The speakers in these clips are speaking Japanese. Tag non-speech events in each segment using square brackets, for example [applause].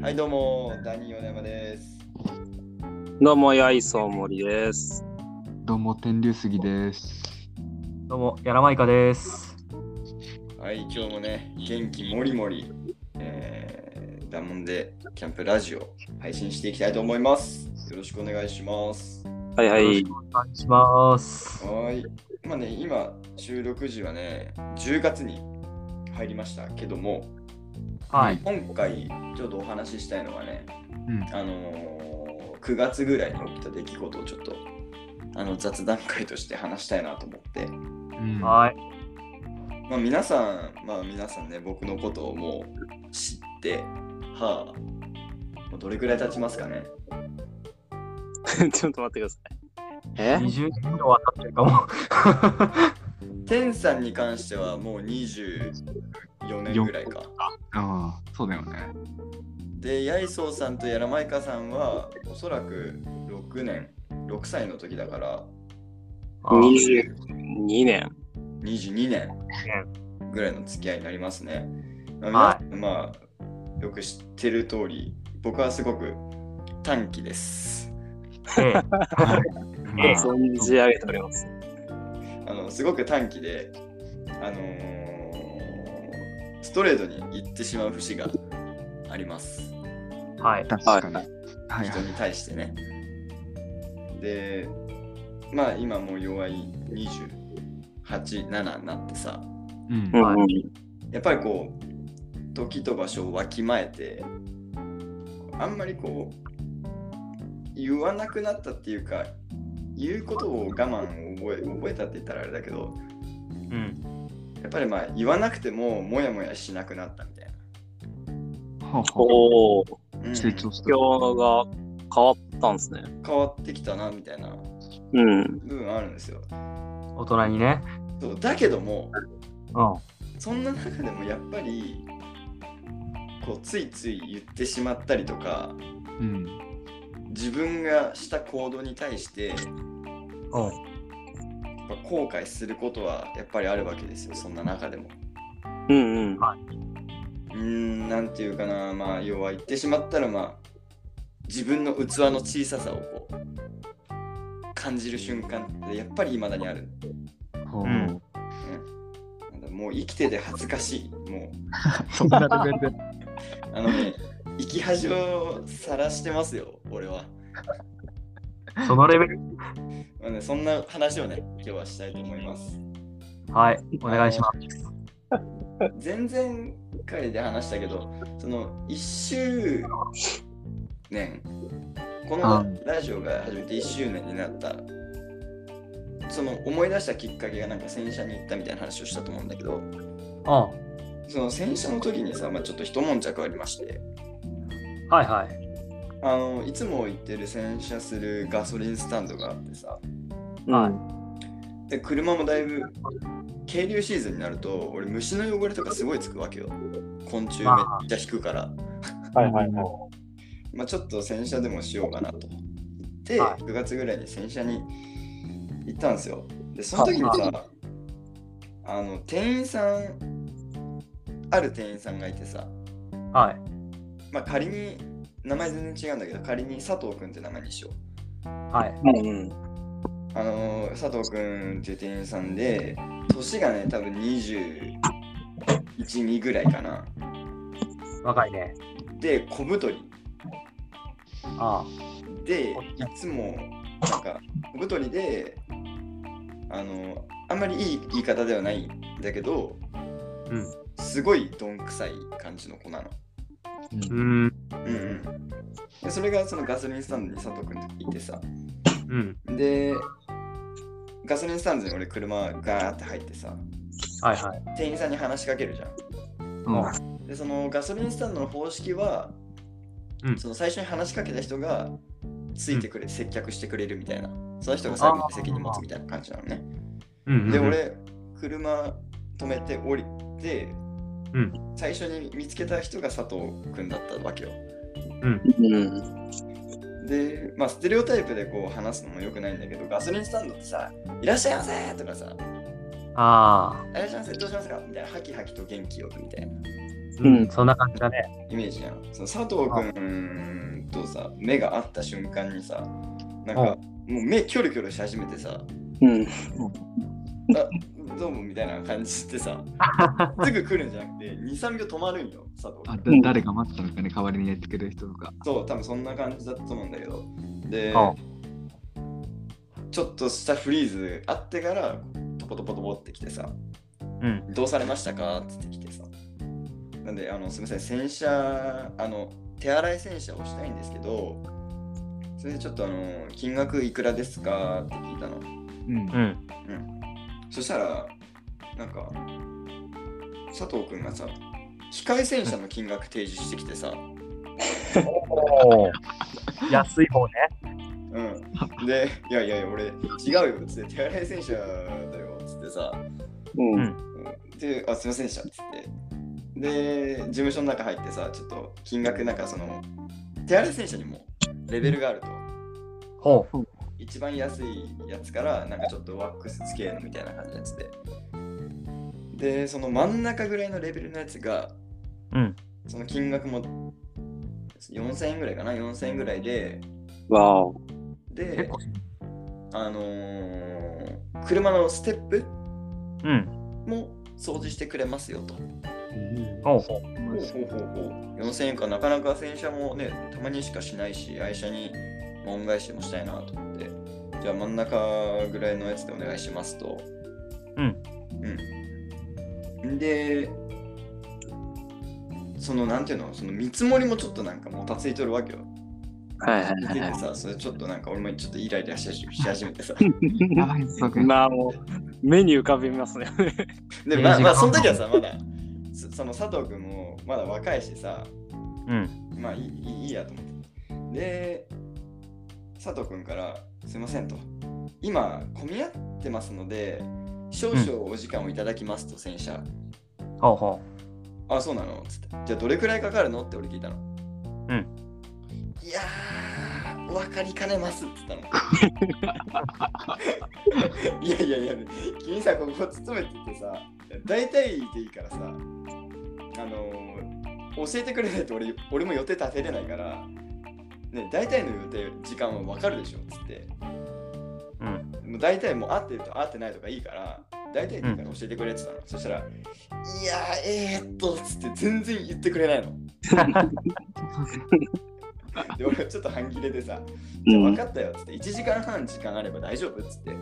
はい、どうも、ダニー米山です。どうも、やいそうもりです。どうも天竜杉です。どうも、やらまいかです。はい、今日もね、元気もりもり、えー、ダモンデキャンプラジオ、配信していきたいと思います。よろしくお願いします。はいはよろしい。くお願いします。はーい。まあね、今、収録時はね、10月に入りましたけども、はい。今回、ちょっとお話ししたいのはね、うんあのー、9月ぐらいに起きた出来事をちょっと、あの、雑談会として話したいなと思って、うんはい。まあ、皆さん、まあ、皆さんね、僕のことをもう知って、はあ、もうどれくらい経ちますかね。 [laughs] ちょっと待ってください。え20年以上は経ってるか [laughs] も。天さんに関してはもう24年ぐらいか。ああ、そうだよね。で、八重宗さんとやらまいかさんは、おそらく6年、6歳の時だから、 ?22 年。 22年ぐらいの付き合いになりますね。まあは、皆さんまあ、よく知ってる通り、僕はすごく短気です。 [laughs] ええええ存じ上げております。あのすごく短期で、あのーストレートに行ってしまう節がありますはい。確かに。はいは人い。に対してね。でまあ今もう弱い287になってさうんうんうん。やっぱりこう時と場所をわきまえてあんまりこう言わなくなったっていうか言うことを我慢を覚え覚えたって言ったらあれだけどうん。やっぱりまあ言わなくてもモヤモヤしなくなったみたいな。ほうほおお、うんう成長した。今日が変わったんですね。変わってきたなみたいなうん。部分あるんですよ。大人にね。そうだけどもうん。そんな中でもやっぱりこうついつい言ってしまったりとかうん。自分がした行動に対してやっうん。ぱ後悔することはやっぱりあるわけですよそんな中でも。うんうん。うーんなんていうかなまあ要は言ってしまったらまあ自分の器の小ささをこう感じる瞬間ってやっぱり未だにある。ほううんなんだもう生きてて恥ずかしい。もう、そんなレベルで。あのね、生き恥をさらしてますよ、俺は。そのレベル。まあね、そんな話をね、今日はしたいと思います。はい。お願いします。前々回で話したけど、その1周年、こうのんラジオが始めて1周年になった、その思い出したきっかけがなんか洗車に行ったみたいな話をしたと思うんだけど、うん。はその洗車の時にさ、まあ、ちょっと一悶着ありまして、いはい。あのいつも行ってる洗車するガソリンスタンドがあってさうん。で車もだいぶ渓流シーズンになると俺虫の汚れとかすごいつくわけよ昆虫めっちゃ引くからはいはいはまあ、ちょっと洗車でもしようかなと言って、はい9月ぐらいに洗車に行ったんですよでその時にさあの店員さんある店員さんがいてさはい。まあ仮に名前全然違うんだけど仮に佐藤君って名前にしようはい。い。うんあのー佐藤君っていう店員さんで年がね多分212ぐらいかな若いね。で小太りあでいつもなんか小太りであのーあんまりいい言い方ではないんだけど、うんすごいどんくさい感じの子なの。うーん。うんうん、でそれがそのガソリンスタンドに佐藤君っていてさうん。でガソリンスタンドに俺車ガーって入ってさはいはい。店員さんに話しかけるじゃん。うんでそのガソリンスタンドの方式は、うんその最初に話しかけた人がついてくれ、接客してくれるみたいなその人が最後に責任持つみたいな感じなのねうんうん。で俺車止めて降りて、うん最初に見つけた人が佐藤君だったわけようん。でまあステレオタイプでこう話すのも良くないんだけどガソリンスタンドってさ「いらっしゃいませ!」とかさ「あいらっしゃいませどうしますか?」みたいなハキハキと元気よくみたいなあ。うん、そんな感じだね。イメージやん。その佐藤君とさ、目が合った瞬間にさ、なんか、あもう目キョロキョロし始めて [laughs] さ、うん。あどうもみたいな感じして [laughs] さ、すぐ来るんじゃなくて、2、3秒止まるんよ、佐藤あだ君。誰が待ってたのかね、代わりにやってくれる人とか。そう、多分そんな感じだと思うんだけど。で、あちょっとしたフリーズあってから、トポトポトポってきてさ、うん。どうされましたかって来てさ。なんで、あの、すみません、洗車、あの、手洗い洗車をしたいんですけど、それでちょっとあの、金額いくらですかって聞いたの。うんうん。そしたら、なんか、佐藤君がさ、機械洗車の金額提示してきてさ、おお。安い方ね。うん。で、いやいやいや、俺、違うよ、つって、手洗い洗車だよ、つってさ、うん。うんうんで、あ、すいませんでした、つって。で、事務所の中入ってさ、ちょっと金額、なんかその、手洗い洗車にもレベルがあると、ほ一番安いやつから、なんかちょっとワックスつけるのみたいな感じのやつで。で、その真ん中ぐらいのレベルのやつが、う。うん。その金額も4000円ぐらいかな、4000円ぐらいで、わお。で結、構。あのー車のステップうん。も掃除してくれますよと。ほほうほう。うほうほうほう4000円か、なかなか洗車もね、たまにしかしないし、愛車に恩返しもしたいなと思って、じゃあ真ん中ぐらいのやつでお願いしますと。うん。うん。で、そのなんていうの、その見積もりもちょっとなんかもたついてるわけよ。 [laughs] はいはい見はいてはてさ、それちょっとなんか俺もちょっとイライラしし始めてさ。やばい、そうかい。。まあもう、目に浮かびますね。で、うんまあ、まあ、時間その時はさ、まだ、そその佐藤君もまだ若いしさ、うん。まあいいいいいいやと思って。で、佐藤君から、すいませんと、今、混み合ってますので、少々お時間をいただきますと、洗車。ほうほあ、そうなのつって。じゃあ、どれくらいかかるのって俺聞いたの。うん。いやー、わかりかねますって言ったの。い [laughs] やいやいや、君さ、ここ勤めててさ、大体でいいからさ、あのー教えてくれないと俺俺も予定立てれないから、ね、大体の予定、時間はわかるでしょつって。う。うん。もう大体もう合ってると合ってないとかいいから、大体でいいから教えてくれって言ったの。そしたら、いやー、えー、っと、つって全然言ってくれない [laughs] の。で、俺はちょっと半切れでさ、じゃ [laughs] あ分かったよっつって、1時間半時間あれば大丈夫っつって、う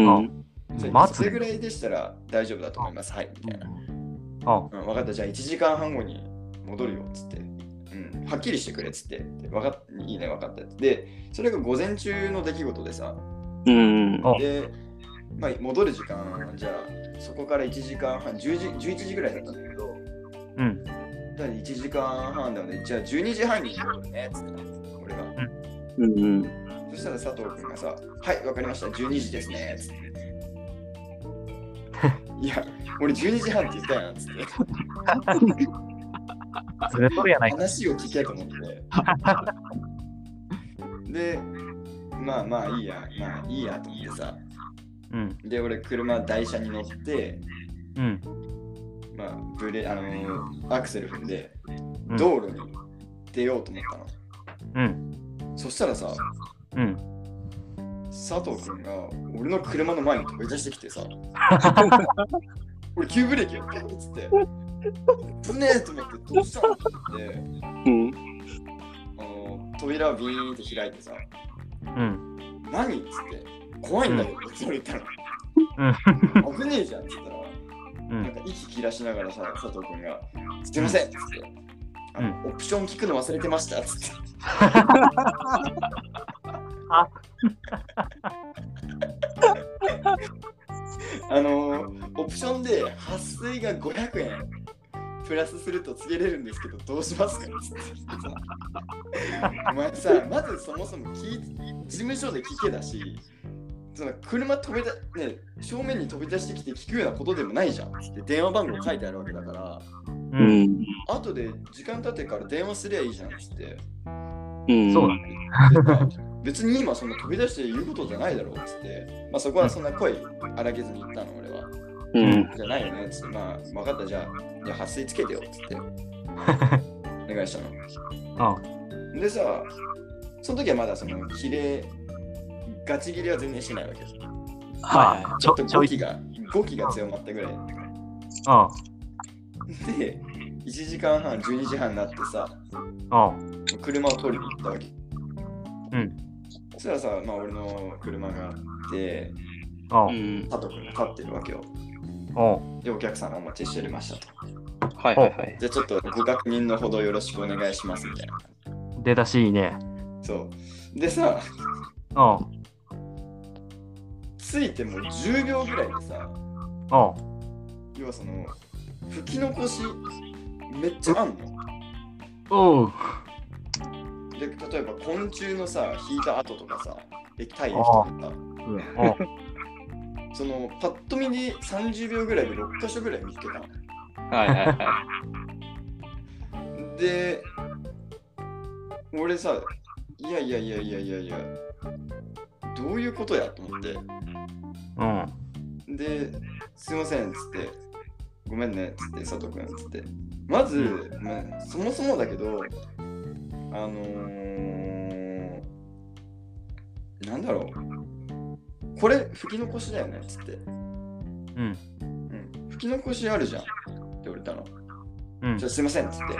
ん。それ待つそれねぐらいでしたら大丈夫だと思います。はい、みたいな。ほうん、分かった、じゃあ1時間半後に戻るよっつって、うん、はっきりしてくれっつって、で分かっいいね、分かったっつって。で、それが午前中の出来事でさ、うん。う。で、まあ、戻る時間、じゃあ、そこから1時間半、10時11時ぐらいだったんだけど、うん。だ1時間半なので、じゃあ12時半に戻るね、つって、俺が。うん。そしたら佐藤君がさ、はい、わかりました、12時ですね、つって。いや、俺12時半って言ったやん、つって。それとるやないか。話を聞けと思って。で、まあまあいいや、まあいいやと思ってさ。うん。で、俺、車、台車に乗って、うん。まあ、ブレ、あのーアクセル踏んで、うん道路に出ようと思ったの。うん。そしたらさ、うん。佐藤君が俺の車の前に飛び出してきてさ [laughs] 俺急ブレーキやったっつってぶねえと思ってどうしたのって言ってうん。あの扉をビーンって開いてさうん。何っつって怖いんだけどって言ったの、危ねえじゃんって言ったらうなんん。か息切らしながらさ佐藤君がすいませんっつってあの、オプション聞くの忘れてましたっつ [laughs] ってああのーオプションで撥水が500円プラスするとつけれるんですけどどうしますかっつってさお前さまずそもそも聞い事務所で聞けだしその車飛びだ、ね、正面に飛び出してきて聞くようなことでもないじゃんつって電話番号書いてあるわけだからう。うんん。後で時間経ってから電話すりゃいいじゃんっつってうん。そうだね。でまあ別に今そんな飛び出して言うことじゃないだろうっつって、まあ、そこはそんな声荒げずに言ったの俺は。うん。じゃないよね。つってまあ、分かった、じゃあ、いや、撥水つけてよ、つって。お願いしたの。あでさ、その時はまだその比例、ガチ切れは全然してないわけです。はいあ、ちょっとちょ語い気が、語気が強まったぐらい。あで、1時間半、12時半になってさ、あ、車を取りに行ったわけ。うん。そしたらさ、まあ俺の車があって、ああは、い。うん。佐藤君が立ってるわけよ。あで、お客さんお待ちしておりましたと。はいはいはい。じゃあちょっとご確認のほどよろしくお願いしますみたいな。あ、出だしいいね。そう。でさ、あ着いてもう10秒ぐらいでさ、あ、あ要はその、吹き残し、めっちゃあんの。あ、おう、で、例えば昆虫のさ、引いた跡とかさ、液体液とかさ、うわあその、パッと見に30秒ぐらいで6箇所ぐらい見つけたの。はいはい [laughs] はで、俺さ、いやいやいやいやいやいや、どういうことやと思って、うん、で、すいませんっつって、ごめんねっつって、佐藤くんっつって、まず、まあそもそもだけど、あのー、なんだろう、これ、吹き残しだよねっつって、うん、うん、吹き残しあるじゃんって言われたの。うんじゃ。あすいませんっつって、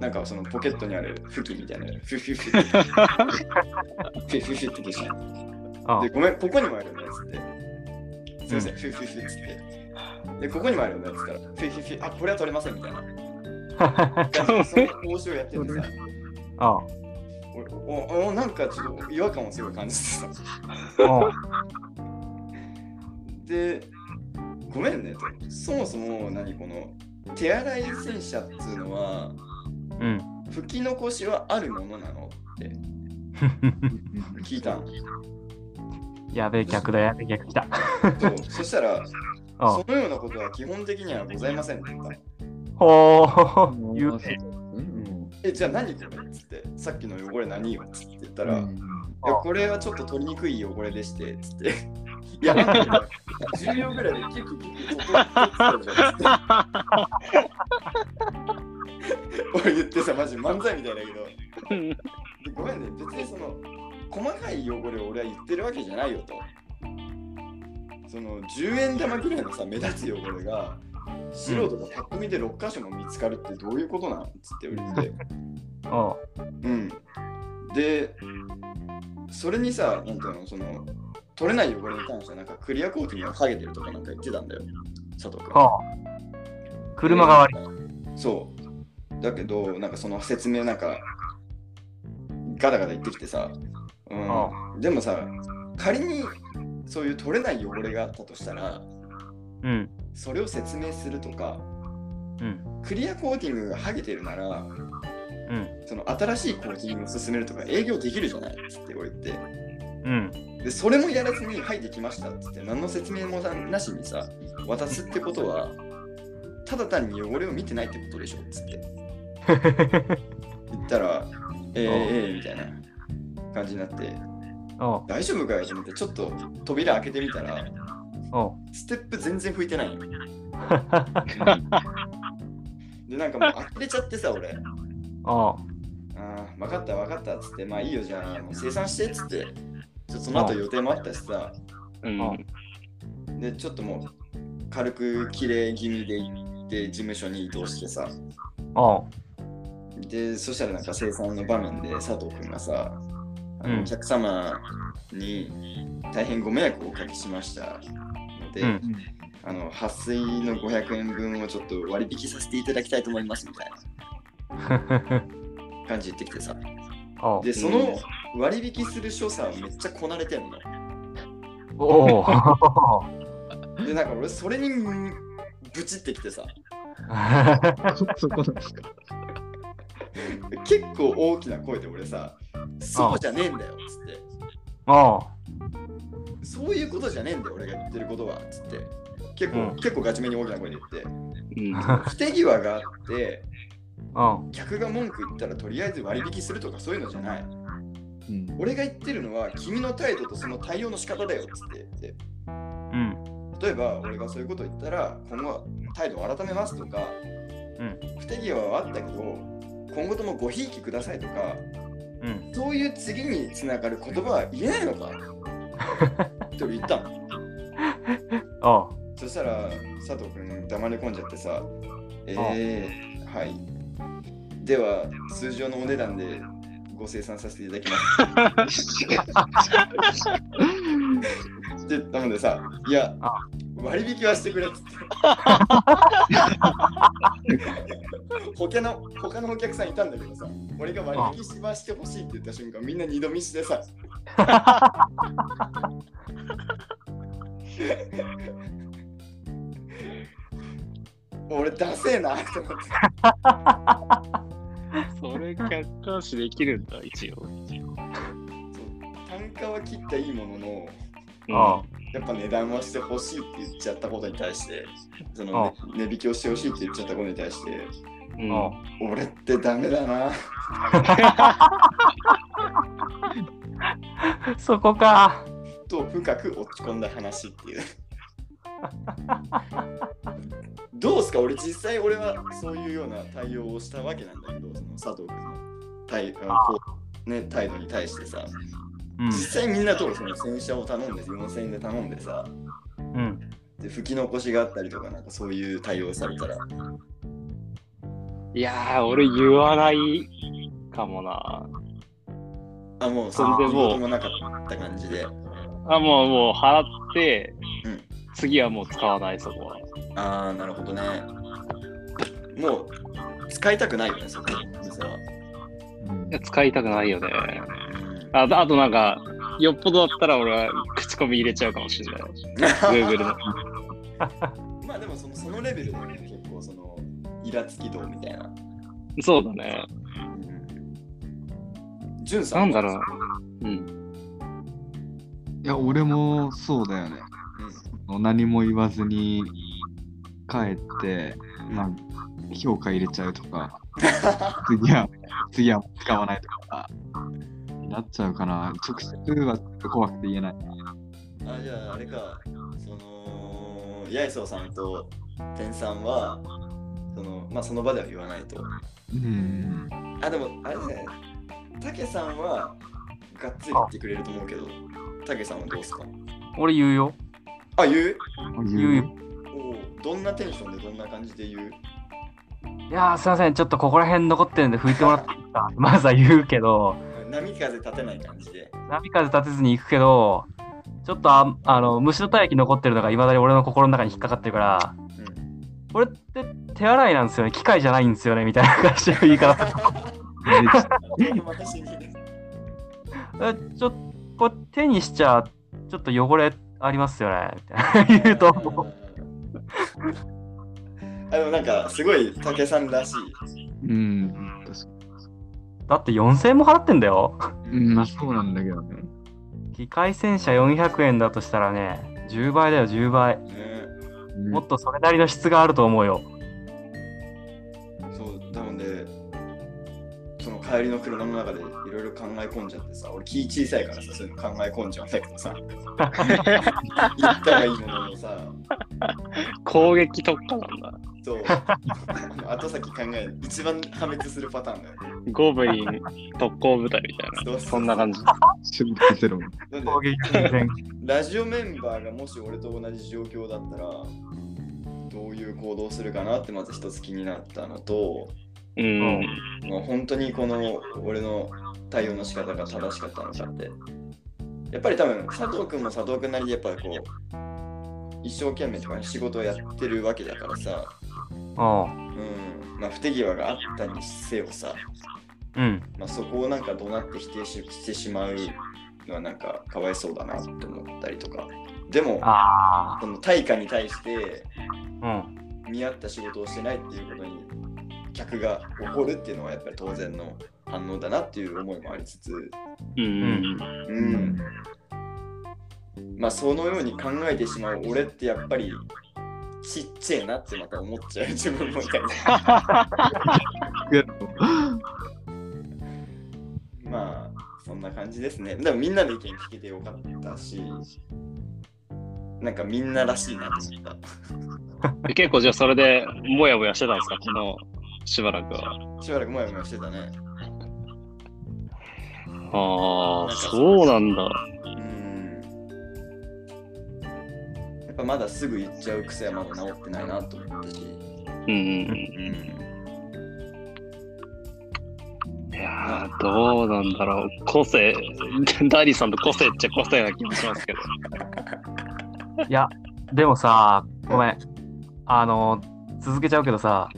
なんかそのポケットにある布巾みたいな、フフフ、フフフって消したのあで、ごめん、ここにもあるよねっつって、すいません、フフフっつって、で、ここにもあるよねっつったら、フフフ、あ、これは取れませんみたいな。 [laughs] あ、その帽子をやっててさ、あ俺おおなんかちょっと違和感をすごい感じてさ、あ、で、ごめんねと、そもそも何この手洗い洗車っつうのは、うん。 [laughs] 拭き残しはあるものなのって聞いたん。やべえ客だ、やべえ客来た。そうそしたら、あそのようなことは基本的にはございませんって言ったの。ほう、言もううそうね。うんえ、じゃあ何これっつって、さっきの汚れ何よっつって言ったうら、いんやこれはちょっと取りにくい汚れでして、つって。いや、なんか10秒ぐらいでキュキュキュキュ取ってってたじゃんつって [laughs] 俺言ってさ、マジ漫才みたいだけど、い。でごめんね、別にその、細かい汚れを俺は言ってるわけじゃないよと。その、10円玉ぐらいのさ、目立つ汚れが、素人がパッと見で6箇所も見つかるってどういうことなんつって言って。あうん。で、それにさ、なんていうの、その、取れない汚れに関してはなんかクリアコーティングが剥げてるとかなんか言ってたんだよ、佐藤君。あ、ああ。車が悪い。そう。だけど、なんかその説明なんか、ガタガタ言ってきてさ、うんあでもさ、仮にそういう取れない汚れがあったとしたら、うん、それを説明するとか、うん、クリアコーティングが剥げてるなら、うん、その新しいコーティングを進めるとか営業できるじゃないっつって俺言って。うん。でそれもやらずに「はいできました」っつって何の説明もなしにさ渡すってことはただ単に汚れを見てないってことでしょっつって言ったら「えー、えー、みたいな感じになってあ「大丈夫かよ」と思ってちょっと扉開けてみたらあ、あステップ全然拭いてないのあ、 [laughs] でなんかもう呆れちゃってさ俺「あああ分かった分かった」っつって「まあいいよじゃあもう生産して」っつってちょっとその後予定もあったしさうん。でちょっともう軽く綺麗気味で行って事務所に移動してさあ、あでそしたらなんか生産の場面で佐藤君がさあのうんお客様に大変ご迷惑をおかけしましたので、うんあの撥水の500円分をちょっと割引させていただきたいと思いますみたいな感じで言ってきてさあ、でその割引する所作はめっちゃこなれてんのおお。でなんか俺それにブチってきてさそこなんですか。結構大きな声で俺さ「そうじゃねえんだよ」っつってああ、 「そういうことじゃねえんだよ俺が言ってることは」っつって結構、うん結構ガチめに大きな声で言ってうん。不手際があってあ客が文句言ったらとりあえず割引するとかそういうのじゃないうん俺が言ってるのは君の態度とその対応の仕方だよっつって言ってうん、例えば俺がそういうこと言ったら今後は態度を改めますとか、うん不手際はあったけど今後ともごひいきくださいとかうん。そういう次につながる言葉は言えないのかって俺言ったのあそしたら佐藤君黙り込んじゃってさえー、はいでは通常のお値段でご生産させていただきますって言ったもんでさ、いやあ、割引はしてくれっつって。他の他のお客さんいたんだけどさ、俺が割引しましてほしいって言った瞬間、みんな二度見してさ。俺、ダセえなって思って。 [laughs] それ客観視できるんだ、一応。単価は切ったいいものの、あ。ああ。やっぱ値段はしてほしいって言っちゃったことに対して、そあの値引きをしてほしいって言っちゃったことに対して、うんあ俺ってダメだな。あそこか。と深く落ち込んだ話っていう。どうすか俺実際俺はそういうような対応をしたわけなんだけど、その佐藤君の対あのこうね、態度に対してさ、うん実際みんなとその洗車を頼んで4000円で頼んでさ、うん。で吹き残しがあったりとかなんかそういう対応されたら、いやー、俺言わないかもな。あ、もうそそれんでなもうこともなかった感じで。あ、もう、もう払って、うん次はもう使わない、そこは。ああ、なるほどね。もう使いたくないよね、そこの店は。うんいや使いたくないよね。うんああとなんか、よっぽどだったら俺は口コミ入れちゃうかもしれない。Google [laughs] の。まあでもそのそのレベルでね、結構そのイラつき度みたいな。そうだね。ジュンさんなはんだろう。うん。いや、俺もそうだよね。何も言わずに帰って、うんまあ、評価入れちゃうとか、次は、次は使わないとか、なっちゃうかな。直接はちょっと怖くて言えない。あじゃああれか、その八重荘さんと天さんはそのまあその場では言わないと。うん。あでもあれだね、たけさんはがっつり言ってくれると思うけど、たけさんはどうですか俺言うよ。あ言う言うよ。おうどんなテンションでどんな感じで言ういやーすいません、ちょっとここら辺残ってるんで拭いてもらっていいですかまずは言うけど、波風立てない感じで。波風立てずに行くけど、ちょっとああの虫の体液残ってるのがいまだに俺の心の中に引っかかってるから、うんこれって手洗いなんですよね、機械じゃないんですよねみたいな感じの言い方。遠回しにえちょっとこれ手にしちゃ、ちょっと汚れありますよねみたいな言うと思う。 [laughs] あでもなんかすごい武さんらしい。うん。確かだって4000円も払ってんだよ。にうん、まあそうなんだけどね。機械洗車400円だとしたらね、10倍だよ、10倍。ね、うんもっとそれなりの質があると思うよ。そうだもんでその帰りの車の中でいろいろ考え込んじゃってさ俺気小さいからさそういうの考え込んじゃうんだけどさ言ったらいいもののさ攻撃特化なんだ。そう後先考え一番破滅するパターンだよねゴブリン特攻部隊みたいそうそうな。そうそんな感じ。シュッとゼロ。なんで攻撃全然ラジオメンバーがもし俺と同じ状況だったらどういう行動するかなってまず一つ気になったのとうん。もう本当にこの俺の対応の仕方が正しかったのかって。やっぱり多分佐藤君も佐藤君なりでやっぱこう一生懸命とか仕事をやってるわけだからさ、うん。うんまあ、不手際があったにせよさ、うん。まあ、そこをなんか怒鳴って否定ししてしまうのはなんかかわいそうだなって思ったりとかでもあその対価に対してあ。うん。見合った仕事をしてないっていうことに客が怒るっていうのはやっぱり当然の反応だなっていう思いもありつつうん。うん、まあそのように考えてしまう俺ってやっぱりちっちゃいなってまた思っちゃう [laughs] 自分もいたりまあそんな感じですねでもみんなの意見聞けてよかったしなんかみんならしいなと思った。結構じゃあそれでもやもやしてたんです [laughs] かこのしばらくは。しばらくもやもやしてたね。ああ、そうなんだ。うん。やっぱまだすぐ言っちゃう癖はまだ治ってないなと思ったし。ううん。ん。いやーどうなんだろう。個性、 [laughs] ダリーさんと個性っちゃ個性な気もしますけど。いや、でもさ、ごめん。あの、続けちゃうけどさ、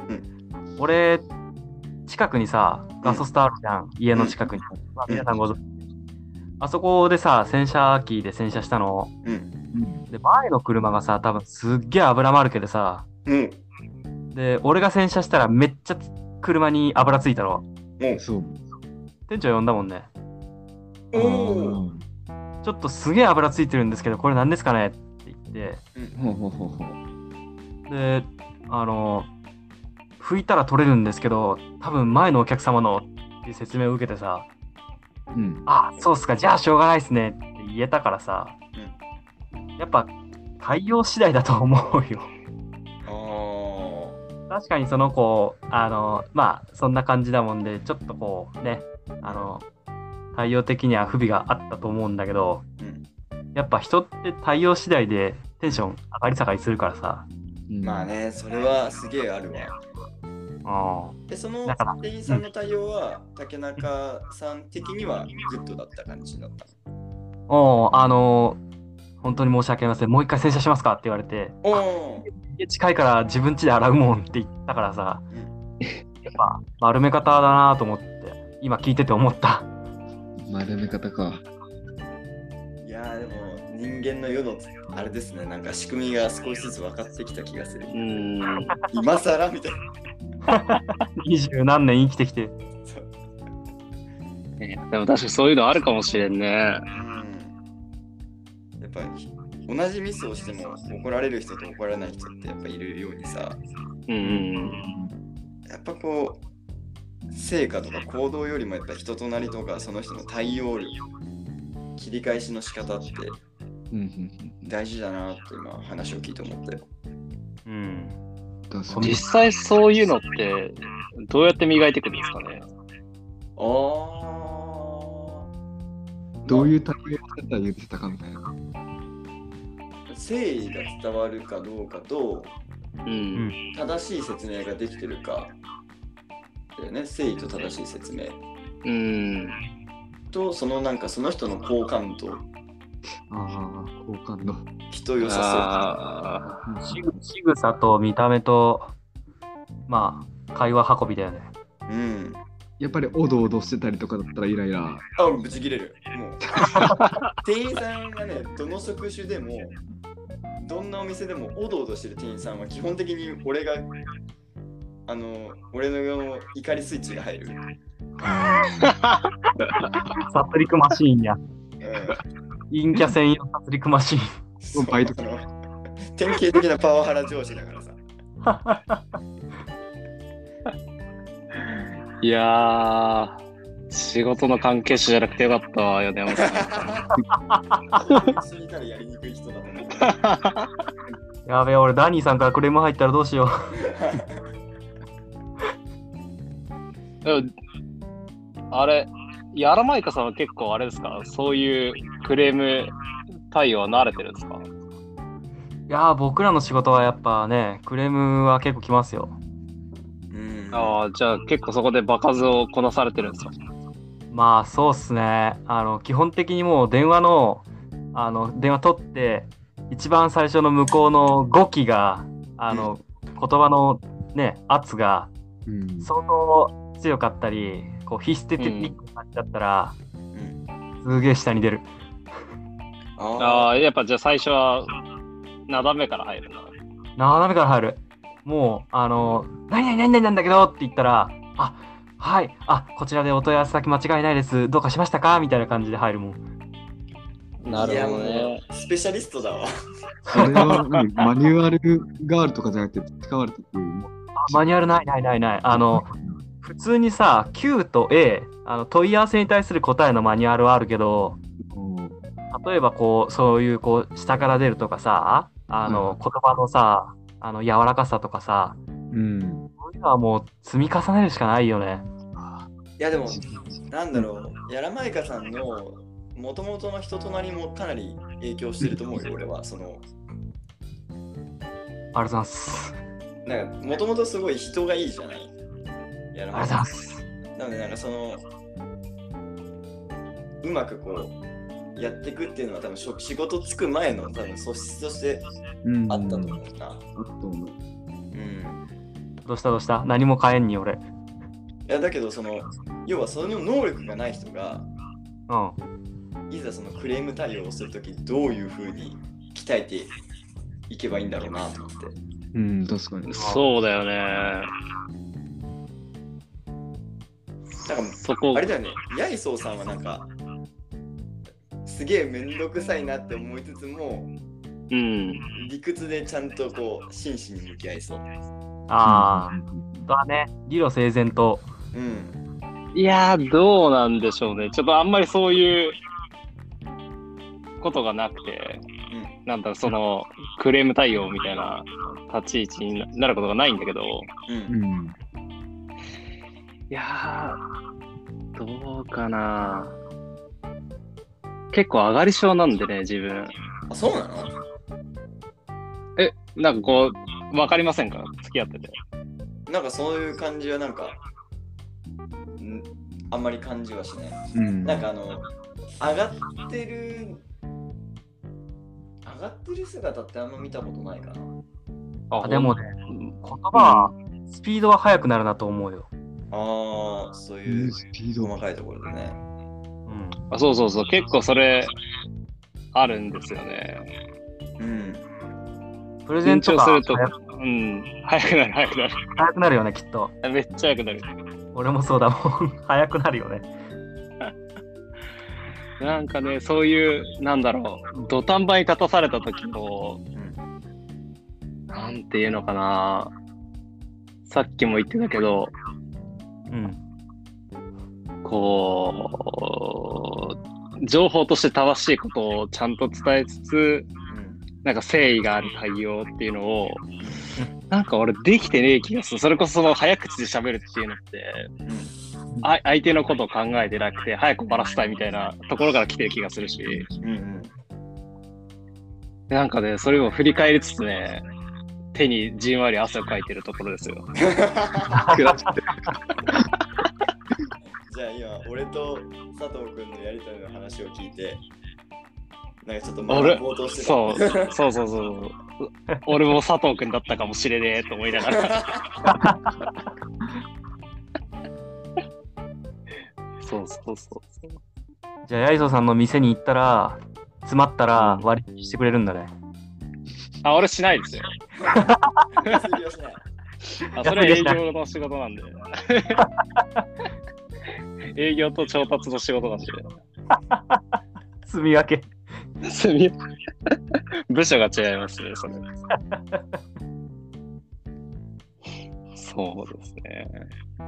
俺、近くにさ、ガソスタあるじゃん、家の近くに。まあ皆さんご存知。あそこでさ、洗車機で洗車したの。うん。うんで、前の車がさ、多分すっげえ油まるけでさ、うん。で、俺が洗車したらめっちゃつ車に油ついたろ。そう。店長呼んだもんね。おおお。ちょっとすげえ油ついてるんですけど、これ何ですかねって言って、ほうほうほうほう。で、あの、拭いたら取れるんですけど、多分前のお客様のっていう説明を受けてさ、うん。あ、そうっすか、じゃあしょうがないっすねって言えたからさ、やっぱ対応次第だと思うよ。あ [laughs] あ。確かにその子、あの、まあ、そんな感じだもんで、ちょっとこうね、あの、対応的には不備があったと思うんだけど、うんやっぱ人って対応次第でテンション上がり下がりするからさ。まあ。ね、それはすげえあるわ。うん。で、そのだから店員さんの対応は、竹中さん的にはグッドだった感じだった。おうあの、本当に申し訳ありません。もう一回洗車しますかって言われて、おお家近いから自分家で洗うもんって言ったからさ、やっぱ丸め方だなと思って、今聞いてて思った。 [laughs] 丸め方か。ー。いやー、でも人間の世のあれですね、なんか仕組みが少しずつ分かってきた気がするう。ん。今更みたいな。二十何年生きてきて。ねでも確かにそういうのあるかもしれんね。うんやっぱり同じミスをしても怒られる人と怒られない人ってやっぱいるようにさ、うん。やっぱこう、成果とか行動よりもやっぱ人となりとかその人の対応力、切り返しの仕方ってうんうん大事だなって今話を聞いて思ったよ。うん。うん。どうぞこん実際そういうのって、どうやって磨いていくんですかね。ああ。どういうう対応やってたら言ってたかみたいな。誠意が伝わるかどうかとうん。正しい説明ができてるかだよね誠意と正しい説明うん。とそのなんかその人の好感度ああ、好感度。人良さあしぐ仕草と見た目と、まあ、会話運びだよね。そううんやっぱりおどおどしてたりとかだったらイライラ。あぶち切れるもう店員さんがねどの職種でもどんなお店でもおどおどしてる店員さんは基本的に俺があの俺の怒りスイッチが入るあ殺戮マシーンや。う陰キャ専用殺戮マシーン。ん [laughs] そうバイトあの典型的なパワハラ上司だからさあ。いやー。仕事の関係者じゃなくてよかったわ、米山さん。一緒にいたらやりにくい人だと思う。やべえ、俺、ダニーさんからクレーム入ったらどうしよう。でもあれ、ヤラマイカさんは結構あれですかそういうクレーム対応は慣れてるんですかいやー、僕らの仕事はやっぱね、クレームは結構来ますよ。うんああ、じゃあ結構そこで場数をこなされてるんですかまあ、そうっすね。あの、基本的にもう電話の、あの、電話取って、一番最初の向こうの語気が、あの、言葉のね、圧が、ーうん。相当強かったりこうヒステテリックになっちゃったら、んすげえ下に出るあああ、やっぱじゃあ最初は、なだめから入るな。斜めから入るもうあの「何々何々なんだけど」って言ったら「あはいあこちらでお問い合わせ先間違いないですどうかしましたか?」みたいな感じで入るもんーなるほどいやもね。うスペシャリストだわ。それは何マニュアルがあるとかじゃなくて使われてる。もうあマニュアルないないないないあの普通にさ Q と A あの問い合わせに対する答えのマニュアルはあるけどうん例えばこうそういうこう下から出るとかさあの、言葉のさあの柔らかさとかさうん。そういうのはもう積み重ねるしかないよね。いやでも、なんだろう、やらまいかさんの元々の人となりもかなり影響してると思うよ、俺は。その、ありがとうございます。なんか、もともとすごい人がいいじゃない。やらあまりがといかうございさます。ん。なので、なんかその、うまくこう、やっていくっていうのは多分しょ仕事つく前の多分素質としてうんあったと思うな。あったと思う。うん。どうしたどうした何も変えんに俺。いや、だけど、その、要はその能力がない人が、うん。いざそのクレーム対応をするとき、どういうふうに鍛えていけばいいんだろうなと思って。うん、確かに。そうだよね。なんかそこあれだよね、ヤイソーさんはなんか、すげえめんどくさいなって思いつつも、うん。理屈でちゃんとこう、真摯に向き合いそう。ああ、うん本当はね、理路整然と。うん。いやー、どうなんでしょうね。ちょっとあんまりそういうことがなくて、なんだろう、そのクレーム対応みたいな立ち位置になることがないんだけど、うん。う。うんん。いやー、どうかな。結構上がり症なんでね、自分。あ、そうなのなんかこう、わかりませんか付き合ってて。なんかそういう感じはなんか、んあんまり感じはしない。うん。なんかあの、上がってる、上がってる姿ってあんま見たことないかな。ああでもね、言葉は、スピードは速くなるなと思うよ。ああ、そうういん、うスピード細が。かいところでね。うん。あそうそうそう、結構それ、あるんですよね。うん。プレゼ緊ント張がすると、速うん、早くなる、早くなる。速くなるよね、きっと。めっちゃ早くなる。俺もそうだもん。 [laughs] 速くなるよね。なんかね、そういう、なんだろう、土壇場に立たされた時の、なんていうのかな、さっきも言ってたけど、うん。こう、情報として正しいことをちゃんと伝えつつ、なんか誠意がある対応っていうのを、なんか俺できてねえ気がする。それこそその早口で喋るっていうのって、うん。うんあ相手のことを考えてなくて、早くバラしたいみたいなところから来てる気がするし。うんうん。でなんかね、それを振り返りつつね、手にじんわり汗をかいてるところですよ。じゃあ今、俺と佐藤君のやりとりの話を聞いて、なんかちょっと学ぼうとしてた。そう、そうそうそうそう。俺も佐藤君だったかもしれねえと思いながら。そうそうそう。じゃあ、ヤイソさんの店に行ったら、詰まったら割り引きしてくれるんだね。あ、俺しないですよ。安売りはしない。あそれは営業の仕事なんで。営業と調達の仕事なんで。積み分け。すみ部署が違いますね、それ。そうですね。 [laughs]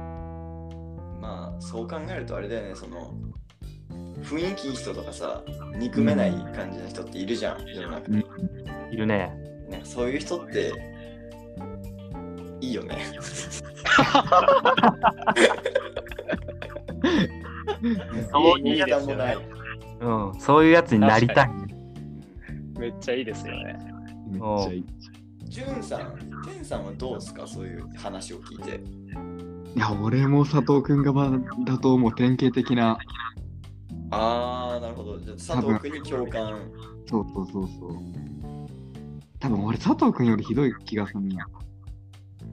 まあ、そう考えるとあれだよね、その、雰囲気いい人とかさ、憎めない感じの人っているじゃん、世の中に。いるね。なんかそういう人って、いいよね。そう言い方もない。うん。そういうやつになりたい。めっちゃいいですよね。めっちゃいい。ジュンさん、テンさんはどうですか、そういう話を聞いて。いや、俺も佐藤くん側だと思う。典型的な。あー、なるほど。じゃあ佐藤君に共感。そうそうそうそう。多分俺、佐藤くんよりひどい気がするな。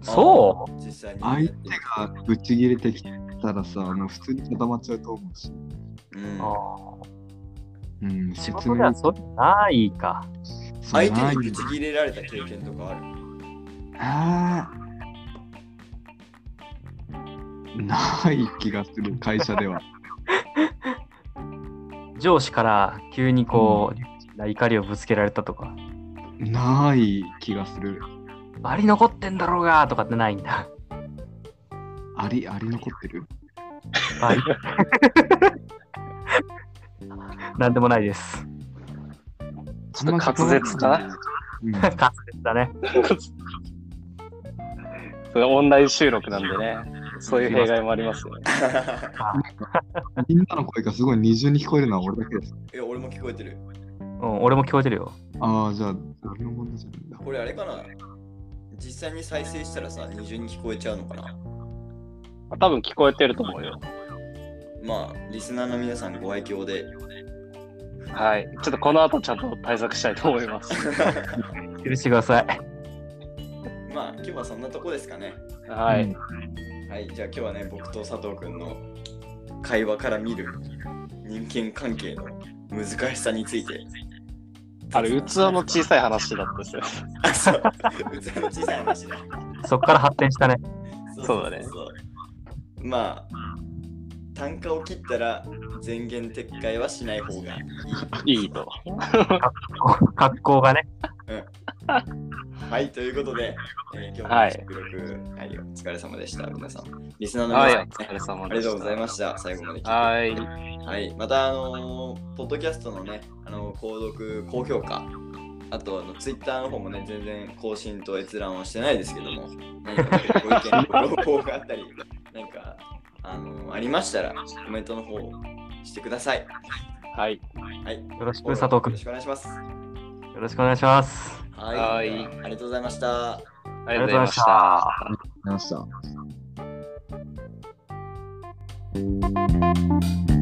そう実際に。相手がぶち切れてきたらさ、もう普通に固まっちゃうと思うし。うんあうん、仕説事ではそういうのないか。そ相う手になぶち切れられた経験とかある。あーない気がする、会 [laughs] 社では。上司から急にこう、怒りをぶつけられたとか、ない気がする。あり残ってんだろうがとかってないんだ。あり、あり残ってる。 [laughs] はい。なんでもないです。ちょっと滑舌かなうん滑舌だね。 [laughs] それオンライン収録なんでね、そういう弊害もありますよね。 [laughs] みんなの声がすごい二重に聞こえるのは俺だけです。え、俺も聞こえてる。うん、俺も聞こえてるよ。ああ、じゃあ、俺の問題じゃないんだ。これあれかな実際に再生したらさ、二重に聞こえちゃうのかな [laughs] 多分聞こえてると思うよ。まあ、リスナーの皆さんご愛嬌で。はい。ちょっとこの後ちゃんと対策したいと思い [laughs] ます。許してください。まあ、今日はそんなとこですかね。はい。うんはい、じゃあ今日はね、僕と佐藤くんの会話から見る人間関係の難しさについて。あれ、器の小さい話だったですよ。 [laughs] あ、そう。器の小さい話だ。そっから発展したね。そうだねまあ、単価を切ったら全言撤回はしない方がいい。 [laughs] いいと。格好がね。はい、ということで、えー今は日いの収録、はい、お疲れ様でした、皆さん。リスナーの皆はさい、ん、おね疲れ様あでりがした。とうございました。最後まで聞いて。はい。はい、また、あのーポッドキャストのね、あのー購読、高評価、あと、あの、ツイッターの方もね、全然更新と閲覧をしてないですけども、何かご意見、ご要望があったり、 [laughs] なんか、あのーありましたら、コメントの方してください。はい。はい、よろしく、佐藤よ君ろし。くお願いします。よろしくお願いします。はい、はいありがとうございました。あありりががととうごうざございまいまししたた。ありがとうございました。